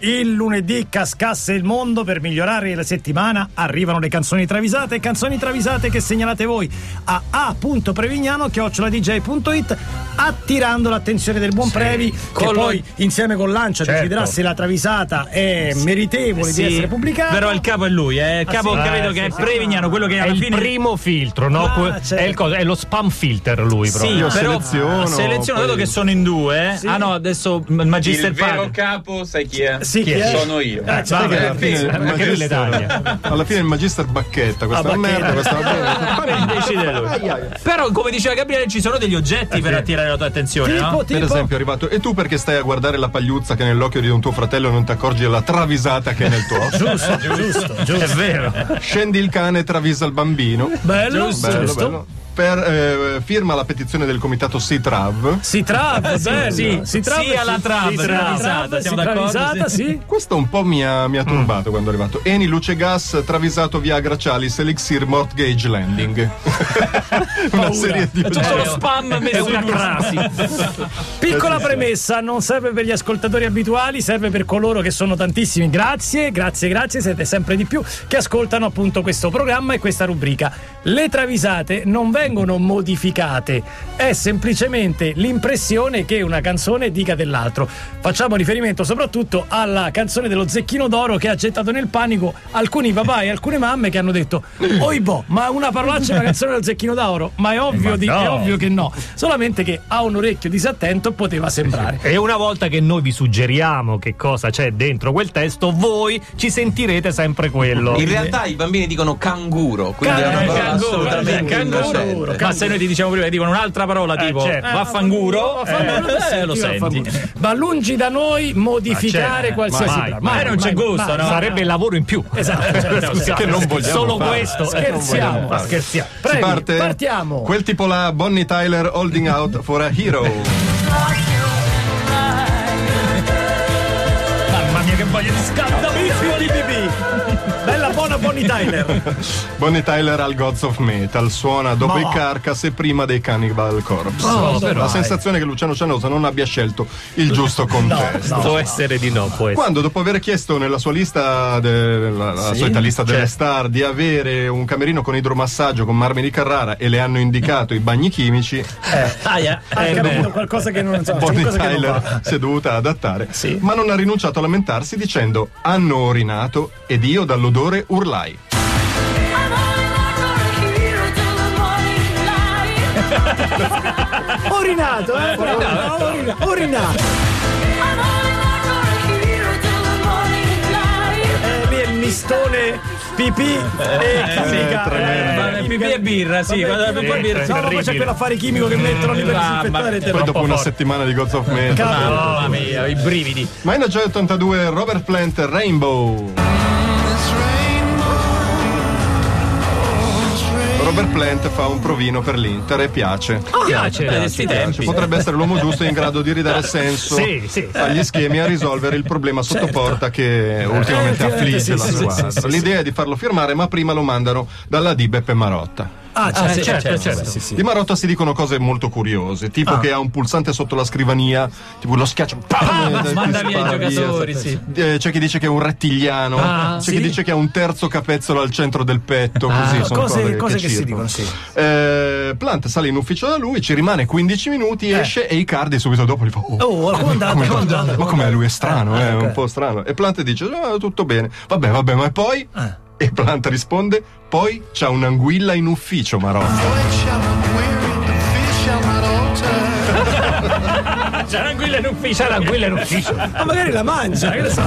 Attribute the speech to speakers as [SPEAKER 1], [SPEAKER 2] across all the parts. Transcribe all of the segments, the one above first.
[SPEAKER 1] Il lunedì cascasse il mondo per migliorare la settimana. Arrivano le canzoni travisate, canzoni travisate che segnalate voi a a.prevignano.dj.it attirando l'attenzione del buon Previ che
[SPEAKER 2] Con lo-
[SPEAKER 1] poi insieme con Lancia
[SPEAKER 3] Certo.
[SPEAKER 1] deciderà se la travisata è meritevole
[SPEAKER 2] Eh, Sì,
[SPEAKER 1] di essere pubblicata.
[SPEAKER 2] Però il capo è lui, eh. Il
[SPEAKER 1] Ah,
[SPEAKER 2] capo
[SPEAKER 1] sì?
[SPEAKER 2] capito
[SPEAKER 1] Eh,
[SPEAKER 2] che
[SPEAKER 1] sì,
[SPEAKER 2] è
[SPEAKER 1] sì.
[SPEAKER 2] Prevignano, quello che
[SPEAKER 3] È
[SPEAKER 2] alla
[SPEAKER 3] il
[SPEAKER 2] fine.
[SPEAKER 3] primo filtro, no?
[SPEAKER 1] Ah,
[SPEAKER 3] Que-
[SPEAKER 1] certo.
[SPEAKER 3] è, il cosa- è lo spam filter lui
[SPEAKER 2] Sì,
[SPEAKER 3] proprio.
[SPEAKER 4] io
[SPEAKER 2] però
[SPEAKER 4] seleziono,
[SPEAKER 2] seleziono,
[SPEAKER 4] poi-
[SPEAKER 2] dato che sono in due.
[SPEAKER 1] Sì.
[SPEAKER 2] Ah no, adesso m- il Magister
[SPEAKER 5] Il vero
[SPEAKER 2] paga.
[SPEAKER 5] capo, sai chi è?
[SPEAKER 1] Sì, chi è?
[SPEAKER 5] Sono io.
[SPEAKER 1] Ah,
[SPEAKER 5] Eh,
[SPEAKER 1] sai che
[SPEAKER 3] vabbè,
[SPEAKER 1] alla
[SPEAKER 5] sì,
[SPEAKER 1] fine-
[SPEAKER 4] il
[SPEAKER 3] anche lui le taglia.
[SPEAKER 4] alla fine il magister bacchetta, questa
[SPEAKER 1] Ah,
[SPEAKER 4] è una
[SPEAKER 1] bacchetta.
[SPEAKER 4] merda, questa va bene.
[SPEAKER 2] Pare che decide lui. Però, come diceva Gabriele, ci sono degli
[SPEAKER 3] Eh,
[SPEAKER 2] oggetti per attirare la tua attenzione,
[SPEAKER 1] Tipo,
[SPEAKER 2] no?
[SPEAKER 4] Per
[SPEAKER 1] tipo,
[SPEAKER 4] esempio è arrivato E tu perché stai a guardare la pagliuzza che è nell'occhio di un tuo fratello e non ti accorgi della travisata che è nel tuo?
[SPEAKER 1] giusto, giusto, giusto.
[SPEAKER 2] È vero.
[SPEAKER 4] Scendi il cane e travisa il bambino.
[SPEAKER 1] Bello,
[SPEAKER 4] Bello,
[SPEAKER 1] giusto.
[SPEAKER 4] bello. Per, eh, firma la petizione del comitato SITRAV.
[SPEAKER 1] Si trava,
[SPEAKER 2] Sì,
[SPEAKER 1] bello.
[SPEAKER 2] sì.
[SPEAKER 1] si trava,
[SPEAKER 2] Sì alla
[SPEAKER 1] si-
[SPEAKER 2] trava,
[SPEAKER 1] si
[SPEAKER 2] si travisata,
[SPEAKER 1] si
[SPEAKER 2] siamo d'accordo,
[SPEAKER 1] travisata,
[SPEAKER 2] sì.
[SPEAKER 1] sì.
[SPEAKER 4] Questo un po' mi ha,
[SPEAKER 1] Mm.
[SPEAKER 4] mi ha turbato quando è arrivato. Eni, luce gas, travisato via Gracialis, Elixir, Mortgage Landing. Una serie di
[SPEAKER 2] È tutto lo
[SPEAKER 4] oggetti.
[SPEAKER 2] spam messo in crasi.
[SPEAKER 1] Piccola premessa, non serve per gli ascoltatori abituali, serve per coloro che sono tantissimi. Grazie, grazie, grazie, siete sempre di più che ascoltano appunto questo programma e questa rubrica. Le travisate non vengono modificate, è semplicemente l'impressione che una canzone dica dell'altro. Facciamo riferimento soprattutto alla canzone dello Zecchino d'Oro che ha gettato nel panico alcuni papà e alcune mamme che hanno detto Oibo, ma una parolaccia è una canzone dello Zecchino d'Oro? Ma è ovvio, di- è
[SPEAKER 2] no.
[SPEAKER 1] ovvio che no, solamente che a un orecchio disattento poteva sembrare.
[SPEAKER 3] E una volta che noi vi suggeriamo che cosa c'è dentro quel testo, voi ci sentirete sempre quello.
[SPEAKER 5] In realtà i bambini dicono canguro, quindi
[SPEAKER 1] Can-
[SPEAKER 5] è una
[SPEAKER 1] eh,
[SPEAKER 5] parola
[SPEAKER 1] canguro,
[SPEAKER 5] assolutamente
[SPEAKER 1] eh, canguro,
[SPEAKER 5] innocente.
[SPEAKER 2] Ma se noi ti diciamo prima che dicono un'altra parola,
[SPEAKER 3] Eh,
[SPEAKER 2] tipo
[SPEAKER 3] certo.
[SPEAKER 2] vaffanguro,
[SPEAKER 1] Vaffanguro,
[SPEAKER 2] eh,
[SPEAKER 1] lo senti,
[SPEAKER 2] lo senti.
[SPEAKER 1] vaffanguro. Ma lungi da noi modificare
[SPEAKER 3] Ma c'è,
[SPEAKER 1] qualsiasi
[SPEAKER 3] ma mai,
[SPEAKER 1] parola.
[SPEAKER 3] mai,
[SPEAKER 2] non c'è gusto, no? Eh, certo,
[SPEAKER 3] Sarebbe il lavoro in più.
[SPEAKER 1] Esatto, esatto.
[SPEAKER 3] Scusate,
[SPEAKER 4] Che non vogliamo
[SPEAKER 3] Solo
[SPEAKER 4] fare.
[SPEAKER 3] questo.
[SPEAKER 1] Scherziamo,
[SPEAKER 3] Ma scherziamo.
[SPEAKER 1] Previ,
[SPEAKER 4] Si parte?
[SPEAKER 1] partiamo.
[SPEAKER 4] Quel tipo là, Bonnie Tyler, Holding Out for a Hero.
[SPEAKER 2] Mamma mia, che voglia di scaldamissimo di pipì!
[SPEAKER 1] Bella buona Bonnie Tyler.
[SPEAKER 4] Bonnie Tyler al Gods of Metal suona dopo
[SPEAKER 1] Ma-
[SPEAKER 4] i Carcass e prima dei Cannibal Corpse.
[SPEAKER 1] Oh,
[SPEAKER 4] la
[SPEAKER 1] però, dai.
[SPEAKER 4] sensazione che Luciano Cianosa non abbia scelto il giusto contesto.
[SPEAKER 3] Può essere di no, può essere.
[SPEAKER 4] Quando dopo aver chiesto nella sua lista, de- la, la solita lista delle star, di avere un camerino con idromassaggio con marmi di Carrara e le hanno indicato i bagni chimici,
[SPEAKER 2] Aia,
[SPEAKER 1] Ha
[SPEAKER 2] eh,
[SPEAKER 1] capito
[SPEAKER 2] beh.
[SPEAKER 1] qualcosa che non so, c'è
[SPEAKER 4] Bonnie
[SPEAKER 1] qualcosa che non va.
[SPEAKER 4] Tyler si è dovuta adattare, ma non ha rinunciato a lamentarsi dicendo hanno orinato ed io dall'odore urlai.
[SPEAKER 1] Orinato, eh? bravo, orina- Orinato. Eh, lì è il mistone pipì e chimica.
[SPEAKER 4] tremendo.
[SPEAKER 2] Vabbè, pipì e birra, sì,
[SPEAKER 1] Eh, Vabbè, eh,
[SPEAKER 2] guarda, pipì e birra, sì.
[SPEAKER 1] No, ma poi c'è
[SPEAKER 3] terribile.
[SPEAKER 1] quell'affare chimico che mettono lì per
[SPEAKER 2] Mamma
[SPEAKER 1] disinfettare
[SPEAKER 2] mia.
[SPEAKER 1] il terreno.
[SPEAKER 4] Poi dopo una
[SPEAKER 3] forte.
[SPEAKER 4] settimana di Gods of Metal.
[SPEAKER 1] Cavolo.
[SPEAKER 2] Mamma mia, i brividi.
[SPEAKER 4] Ma in 1982 Robert Plant Rainbow. Robert Plant fa un provino per l'Inter e piace.
[SPEAKER 3] Piace,
[SPEAKER 2] Eh,
[SPEAKER 3] piace.
[SPEAKER 2] sti
[SPEAKER 4] Piace.
[SPEAKER 2] tempi.
[SPEAKER 4] Potrebbe essere l'uomo giusto in grado di ridare senso
[SPEAKER 3] Sì, sì.
[SPEAKER 4] agli schemi e a risolvere il problema sotto porta che ultimamente
[SPEAKER 1] Eh. Certo. Eh,
[SPEAKER 4] affligge
[SPEAKER 1] sì,
[SPEAKER 4] la
[SPEAKER 1] sì, sì,
[SPEAKER 4] squadra.
[SPEAKER 1] sì, sì,
[SPEAKER 4] L'idea è di farlo firmare, ma prima lo mandano dalla D Beppe Marotta.
[SPEAKER 1] Ah,
[SPEAKER 2] Ah, sì,
[SPEAKER 1] certo,
[SPEAKER 3] Eh,
[SPEAKER 1] certo.
[SPEAKER 2] certo, certo.
[SPEAKER 4] Di Marotta si dicono cose molto curiose, tipo
[SPEAKER 1] Ah.
[SPEAKER 4] che ha un pulsante sotto la scrivania, tipo lo schiaccia,
[SPEAKER 1] Ah,
[SPEAKER 4] pam, e ti
[SPEAKER 2] Manda via i
[SPEAKER 4] spara
[SPEAKER 2] giocatori, sì.
[SPEAKER 4] Eh, c'è chi dice che è un rettiliano,
[SPEAKER 2] Ah,
[SPEAKER 4] c'è
[SPEAKER 2] sì?
[SPEAKER 4] chi dice che ha un terzo capezzolo al centro del petto, così
[SPEAKER 1] Ah,
[SPEAKER 4] sono
[SPEAKER 1] cose-
[SPEAKER 4] cose,
[SPEAKER 1] cose che si
[SPEAKER 4] circolano.
[SPEAKER 1] dicono, sì.
[SPEAKER 4] Eh, Plant sale in ufficio da lui, ci rimane 15 minuti,
[SPEAKER 1] Eh.
[SPEAKER 4] esce e Icardi subito dopo gli fa "Oh,
[SPEAKER 1] Oh, come è andata?
[SPEAKER 4] com'è?
[SPEAKER 1] Com'è andata?
[SPEAKER 4] ma com'è lui è strano,
[SPEAKER 1] Ah,
[SPEAKER 4] eh,
[SPEAKER 1] ok.
[SPEAKER 4] un po' strano". E Plant dice "Ah, tutto bene". Vabbè, vabbè, ma poi E Plant risponde "Poi c'ha un'anguilla in ufficio, Marotta".
[SPEAKER 2] C'è l'anguilla in ufficio.
[SPEAKER 3] C'era quello in ufficio.
[SPEAKER 1] Ma Ah, magari la mangia, che ne so.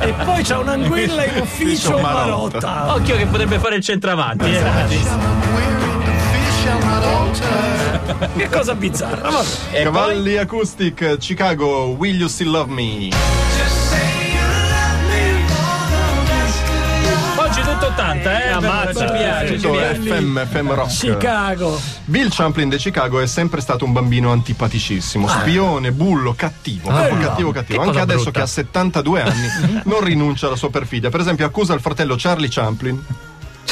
[SPEAKER 1] E poi c'ha un'anguilla in ufficio
[SPEAKER 4] Marotta.
[SPEAKER 1] marotta.
[SPEAKER 2] Occhio che potrebbe fare il centravanti. eh.
[SPEAKER 1] Che cosa bizzarra. vabbè.
[SPEAKER 4] Cavalli Acoustic Chicago Will You Still Love Me?
[SPEAKER 2] Oggi tutto 80, eh?
[SPEAKER 3] Ammazza.
[SPEAKER 2] Ci piace, ci
[SPEAKER 4] Tutto
[SPEAKER 2] piace.
[SPEAKER 4] FM, FM rock.
[SPEAKER 1] Chicago.
[SPEAKER 4] Bill Champlin di Chicago è sempre stato un bambino antipaticissimo, spione, bullo, cattivo, proprio cattivo, cattivo. Anche
[SPEAKER 3] cosa
[SPEAKER 4] adesso
[SPEAKER 3] brutta.
[SPEAKER 4] che ha 72 anni non rinuncia alla sua perfidia. Per esempio accusa il fratello Charlie Champlin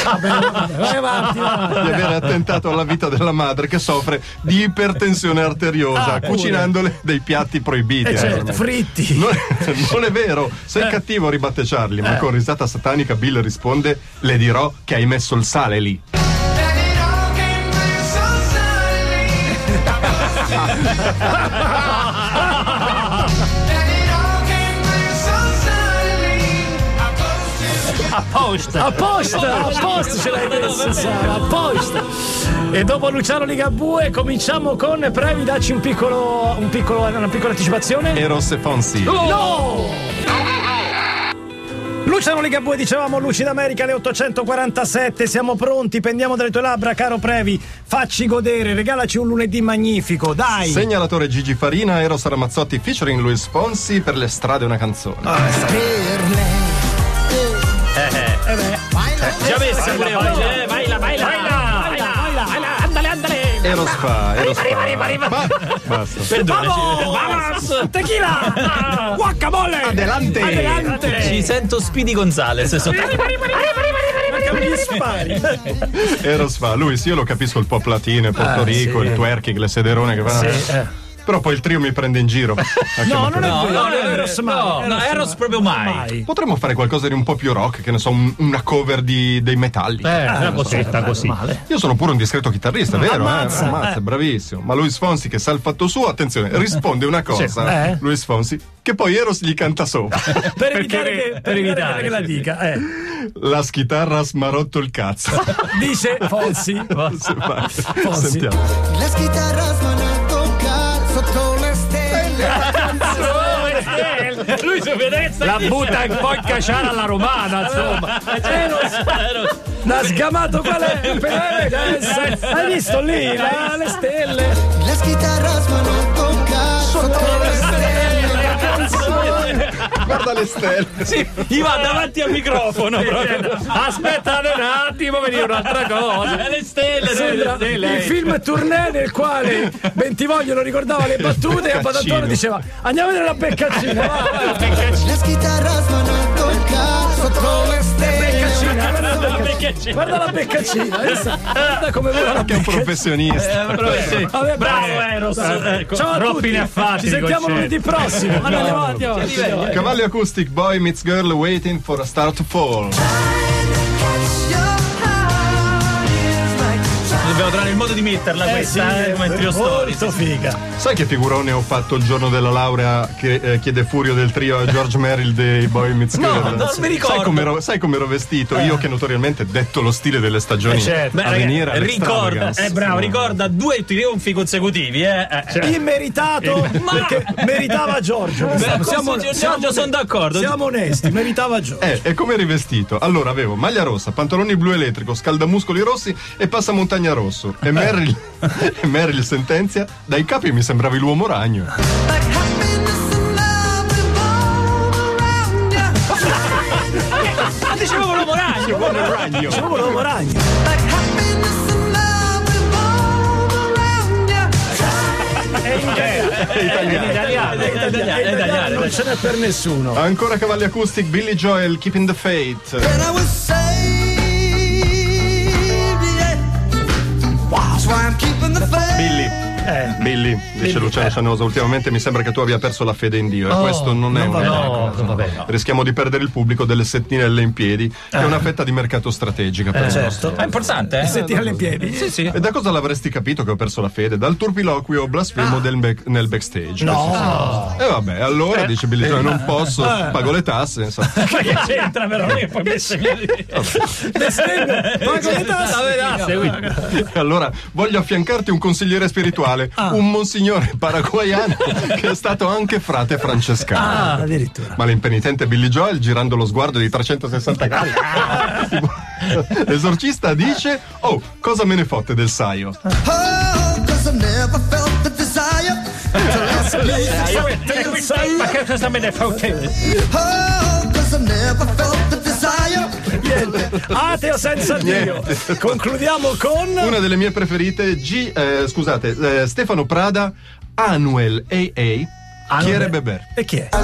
[SPEAKER 1] Va bene, va bene, vai avanti. va.
[SPEAKER 4] di aver attentato alla vita della madre che soffre di ipertensione arteriosa
[SPEAKER 1] Ah, pure.
[SPEAKER 4] cucinandole dei piatti proibiti.
[SPEAKER 1] Eh,
[SPEAKER 4] eh,
[SPEAKER 1] certo,
[SPEAKER 4] veramente.
[SPEAKER 1] fritti.
[SPEAKER 4] Non, non è vero, sei
[SPEAKER 1] Eh.
[SPEAKER 4] cattivo ribatte Charlie, ma con risata satanica Bill risponde le dirò che hai messo il sale lì.
[SPEAKER 3] Apposta.
[SPEAKER 1] Apposta, apposta ce l'hai messo, Sara, apposta. E dopo Luciano Ligabue cominciamo con Previ, dacci un piccolo, un piccolo, una piccola anticipazione.
[SPEAKER 4] Eros e Fonsi.
[SPEAKER 1] No! Luciano Ligabue, dicevamo, Luci d'America, le 847, siamo pronti, pendiamo dalle tue labbra, caro Previ, facci godere, regalaci un lunedì magnifico, dai!
[SPEAKER 4] Segnalatore Gigi Farina, Eros Ramazzotti featuring Luis Fonsi per le strade una canzone.
[SPEAKER 1] Ah.
[SPEAKER 2] Già messa pure oggi, eh, vai là, vai là. Vai là, vai là, vai là, vai là, andale, andale.
[SPEAKER 4] Eros fa, Eros fa.
[SPEAKER 2] arriva, arriva.
[SPEAKER 4] Ba- basta.
[SPEAKER 2] Perdonaci.
[SPEAKER 1] Vamos! Tequila! Guacamole!
[SPEAKER 4] Adelante!
[SPEAKER 2] Ci
[SPEAKER 1] Adelante!
[SPEAKER 2] sento Speedy Gonzales sotto.
[SPEAKER 1] Perché mi spari?
[SPEAKER 4] Eros fa, Luis, io lo capisco il pop latino, il
[SPEAKER 1] Ah,
[SPEAKER 4] Porto Rico, il twerking, le sederone che fanno. Però poi il trio mi prende in giro.
[SPEAKER 1] eh. No, non è
[SPEAKER 2] No,
[SPEAKER 1] vero,
[SPEAKER 2] no,
[SPEAKER 1] non è vero,
[SPEAKER 2] Eros mai.
[SPEAKER 1] Smile.
[SPEAKER 2] No, Eros proprio mai.
[SPEAKER 4] Potremmo fare qualcosa di un po' più rock, che ne so, un- una cover di- dei metalli.
[SPEAKER 3] Eh,
[SPEAKER 2] Ah,
[SPEAKER 3] una cosetta così.
[SPEAKER 4] Io sono pure un discreto chitarrista, vero?
[SPEAKER 1] Mm, Ammazza,
[SPEAKER 4] eh? Ammazza, bravissimo. Ma Luis Fonsi, che sa il fatto suo, attenzione, risponde una cosa.
[SPEAKER 1] eh.
[SPEAKER 4] Luis Fonsi, che poi Eros gli canta sopra.
[SPEAKER 1] Per evitare che, per evitare che la dica, eh.
[SPEAKER 4] La schitarra ha smarotto il cazzo.
[SPEAKER 1] dice Fonsi.
[SPEAKER 4] Se vai.
[SPEAKER 1] Fonsi.
[SPEAKER 4] Sentiamo.
[SPEAKER 6] Las guitarras van a tocar sotto le stelle.
[SPEAKER 2] Lui si vede
[SPEAKER 3] La butta un po' in caciara alla romana, insomma.
[SPEAKER 1] Eh, L'ha sgamato qual è? Per- eh, sai- Hai visto lì la- le stelle?
[SPEAKER 6] Las guitarras van a tocar sotto le stelle.
[SPEAKER 4] Guarda le stelle.
[SPEAKER 2] Gli va davanti al microfono proprio.
[SPEAKER 3] Aspettate un attimo, vedi un'altra cosa.
[SPEAKER 2] Eh, Le stelle,
[SPEAKER 1] Sembra
[SPEAKER 2] le
[SPEAKER 1] il
[SPEAKER 2] stelle.
[SPEAKER 1] film tournée nel quale Bentivoglio non ricordava le battute e Patatone diceva andiamo a vedere la beccaccina. va, va, la
[SPEAKER 6] Las guitarras van a tocar sotto le stelle.
[SPEAKER 1] beccaccina, guarda la eh. beccaccina.
[SPEAKER 2] Perché c'è?
[SPEAKER 1] Guarda la beccaccina, questa- guarda come vola la
[SPEAKER 4] Che è un
[SPEAKER 1] beccaccina. Eh,
[SPEAKER 4] professionista.
[SPEAKER 1] Vabbè,
[SPEAKER 3] Bravo,
[SPEAKER 1] basta.
[SPEAKER 3] Eros. Ecco,
[SPEAKER 1] Ciao a
[SPEAKER 3] troppi
[SPEAKER 1] tutti.
[SPEAKER 3] ne ha fatti,
[SPEAKER 1] Ci sentiamo
[SPEAKER 3] Concetto.
[SPEAKER 1] lunedì prossimo. Andiamo avanti, andiamo avanti.
[SPEAKER 4] Cavalli acoustic boy meets girl waiting for a star to fall.
[SPEAKER 2] Dobbiamo trovare il modo di metterla questa, eh, come trio story.
[SPEAKER 1] Molto figa.
[SPEAKER 4] Sai che figurone ho fatto il giorno della laurea che eh, chiede furio del trio a George Merrill dei Boy Meets Girl?
[SPEAKER 2] non mi ricordo. Eh.
[SPEAKER 4] Sai come ero, sai come ero vestito? Io che notoriamente detto lo stile delle stagioni
[SPEAKER 3] certo.
[SPEAKER 2] Beh,
[SPEAKER 4] a
[SPEAKER 2] ragazzi,
[SPEAKER 4] venire
[SPEAKER 2] ricorda, eh, bravo, ricorda due trionfi consecutivi, eh. eh.
[SPEAKER 1] Cioè. Immeritato perché meritava Giorgio.
[SPEAKER 2] Beh,
[SPEAKER 1] quest'anno.
[SPEAKER 2] siamo,
[SPEAKER 1] Siamo,
[SPEAKER 2] Giorgio,
[SPEAKER 1] siamo-
[SPEAKER 2] sono d'accordo.
[SPEAKER 1] siamo onesti, meritava Giorgio.
[SPEAKER 4] Eh, e come eri vestito? Allora avevo maglia rossa, pantaloni blu elettrico, scaldamuscoli rossi e passamontagna rosso. E Merrill,
[SPEAKER 2] Eh.
[SPEAKER 4] e Merrill sentenzia, dai capi mi sembravi l'uomo ragno.
[SPEAKER 2] Ah, dicevo con l'uomo ragno.
[SPEAKER 4] L'uomo ragno.
[SPEAKER 1] Siamo Volo Ragno.
[SPEAKER 3] È italiano.
[SPEAKER 4] italiano.
[SPEAKER 2] È italiano, è italiano.
[SPEAKER 1] Non ce n'è per nessuno.
[SPEAKER 4] Ancora cavalli acoustic, Billy Joel, Keeping the Faith.
[SPEAKER 6] And I was saved, yeah. That's why I'm keeping the faith.
[SPEAKER 4] Billy. Billy, dice Luciano Cianosa, ultimamente mi sembra che tu abbia perso la fede in Dio e questo non è un
[SPEAKER 3] No,
[SPEAKER 4] no.
[SPEAKER 3] vabbè.
[SPEAKER 4] Rischiamo di perdere il pubblico delle sentinelle in piedi, che è una fetta di mercato strategica per il nostro.
[SPEAKER 2] È importante, eh.
[SPEAKER 1] Tirale in piedi.
[SPEAKER 2] Sì, sì.
[SPEAKER 4] E da cosa l'avresti capito che ho perso la fede? Dal turpiloquio blasfemo del bec- nel backstage. No! E vabbè, allora dice Billy Joel, non posso, pago le tasse. insomma.
[SPEAKER 2] Ma che c'entra però? Non è che poi messo
[SPEAKER 1] Pago le tasse.
[SPEAKER 4] E allora voglio affiancarti un consigliere spirituale, un monsignore paraguayano che è stato anche frate francescano.
[SPEAKER 1] Ah, addirittura.
[SPEAKER 4] Ma l'impenitente Billy Joel, girando lo sguardo di 360 gradi, ah, tipo, l'esorcista dice: Oh, cosa me ne fotte del saio?
[SPEAKER 6] Oh, cause I've never felt the desire to last
[SPEAKER 1] Eh,
[SPEAKER 6] me.
[SPEAKER 3] Ma che cosa me ne fa un che?
[SPEAKER 6] Oh, cause I've never felt the desire.
[SPEAKER 1] Ateo senza Dio. Concludiamo con
[SPEAKER 4] Una delle mie preferite, G, eh, scusate, eh, Stefano Prada, Anuel AA, Chiere Beber.
[SPEAKER 1] Ah, E chi è?
[SPEAKER 7] te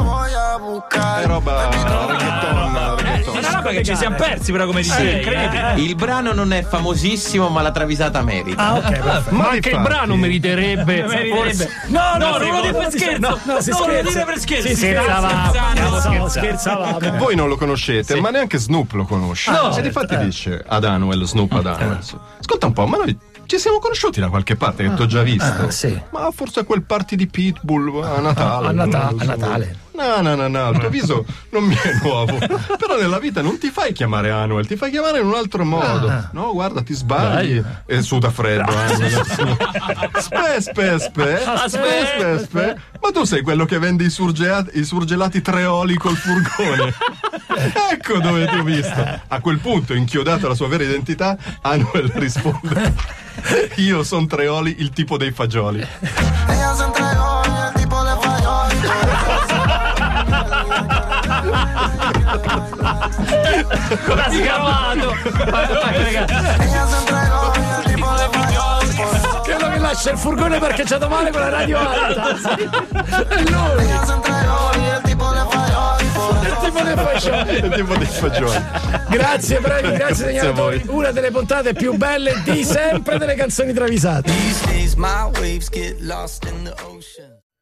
[SPEAKER 7] voy a
[SPEAKER 4] È
[SPEAKER 7] buscar.
[SPEAKER 4] roba
[SPEAKER 2] Eh,
[SPEAKER 4] reggaeton,
[SPEAKER 2] è
[SPEAKER 4] reggaeton.
[SPEAKER 2] una roba che ci siamo persi, però, come dicevi. incredibile.
[SPEAKER 5] Il brano non è famosissimo, ma la travisata merita.
[SPEAKER 1] Ah, ok, perfetto.
[SPEAKER 4] Ma
[SPEAKER 3] Ma anche il
[SPEAKER 4] infatti-
[SPEAKER 3] brano meriterebbe.
[SPEAKER 2] Forse-
[SPEAKER 1] No,
[SPEAKER 2] No, non lo dire
[SPEAKER 1] devo
[SPEAKER 2] per scherzo. No,
[SPEAKER 1] No, si
[SPEAKER 2] non lo
[SPEAKER 1] scherza.
[SPEAKER 2] dire per scherzo.
[SPEAKER 1] Sì, sì,
[SPEAKER 3] Scherzava.
[SPEAKER 2] Scherzando.
[SPEAKER 1] Scherzavamo, scherzavamo.
[SPEAKER 4] Voi non lo conoscete, ma neanche Snoop lo conosce.
[SPEAKER 1] No. Eh.
[SPEAKER 4] e infatti dice ad Anuel, Snoop ad Anuel. Ascolta un po', ma noi ci siamo conosciuti da qualche parte, che ti ho già visto.
[SPEAKER 1] Ah, sì. Ah,
[SPEAKER 4] Ma forse a quel party di Pitbull a Natale.
[SPEAKER 1] a Nata-
[SPEAKER 4] non lo so.
[SPEAKER 1] a Natale.
[SPEAKER 4] No, no, no, no, il tuo viso non mi è nuovo. Però nella vita non ti fai chiamare Anuel, ti fai chiamare in un altro modo.
[SPEAKER 1] Ah.
[SPEAKER 4] No, guarda, ti sbagli. E suda freddo. eh. Spe, spe, spe. Spe, spe, spe. Ma tu sei quello che vende i, surge- i surgelati treoli col furgone. ecco dove ti ho visto. A quel punto, inchiodato alla sua vera identità, Anuel risponde. Io sono Treoli, il tipo dei fagioli.
[SPEAKER 7] Ella se entregó y el tipo le falló.
[SPEAKER 2] L'ha scavato.
[SPEAKER 7] Ella se entregó y el tipo le falló.
[SPEAKER 1] Quello che lascia il furgone parcheggiato male con la radio alta.
[SPEAKER 7] Ella se entregó y el tipo le falló.
[SPEAKER 1] Tipo le faccio.
[SPEAKER 4] Il tipo dei fagioli.
[SPEAKER 1] Grazie, bravi, grazie,
[SPEAKER 4] Grazie a voi.
[SPEAKER 1] segnalatori. Una delle puntate più belle di sempre delle canzoni travisate.
[SPEAKER 6] These days my waves get lost in the ocean.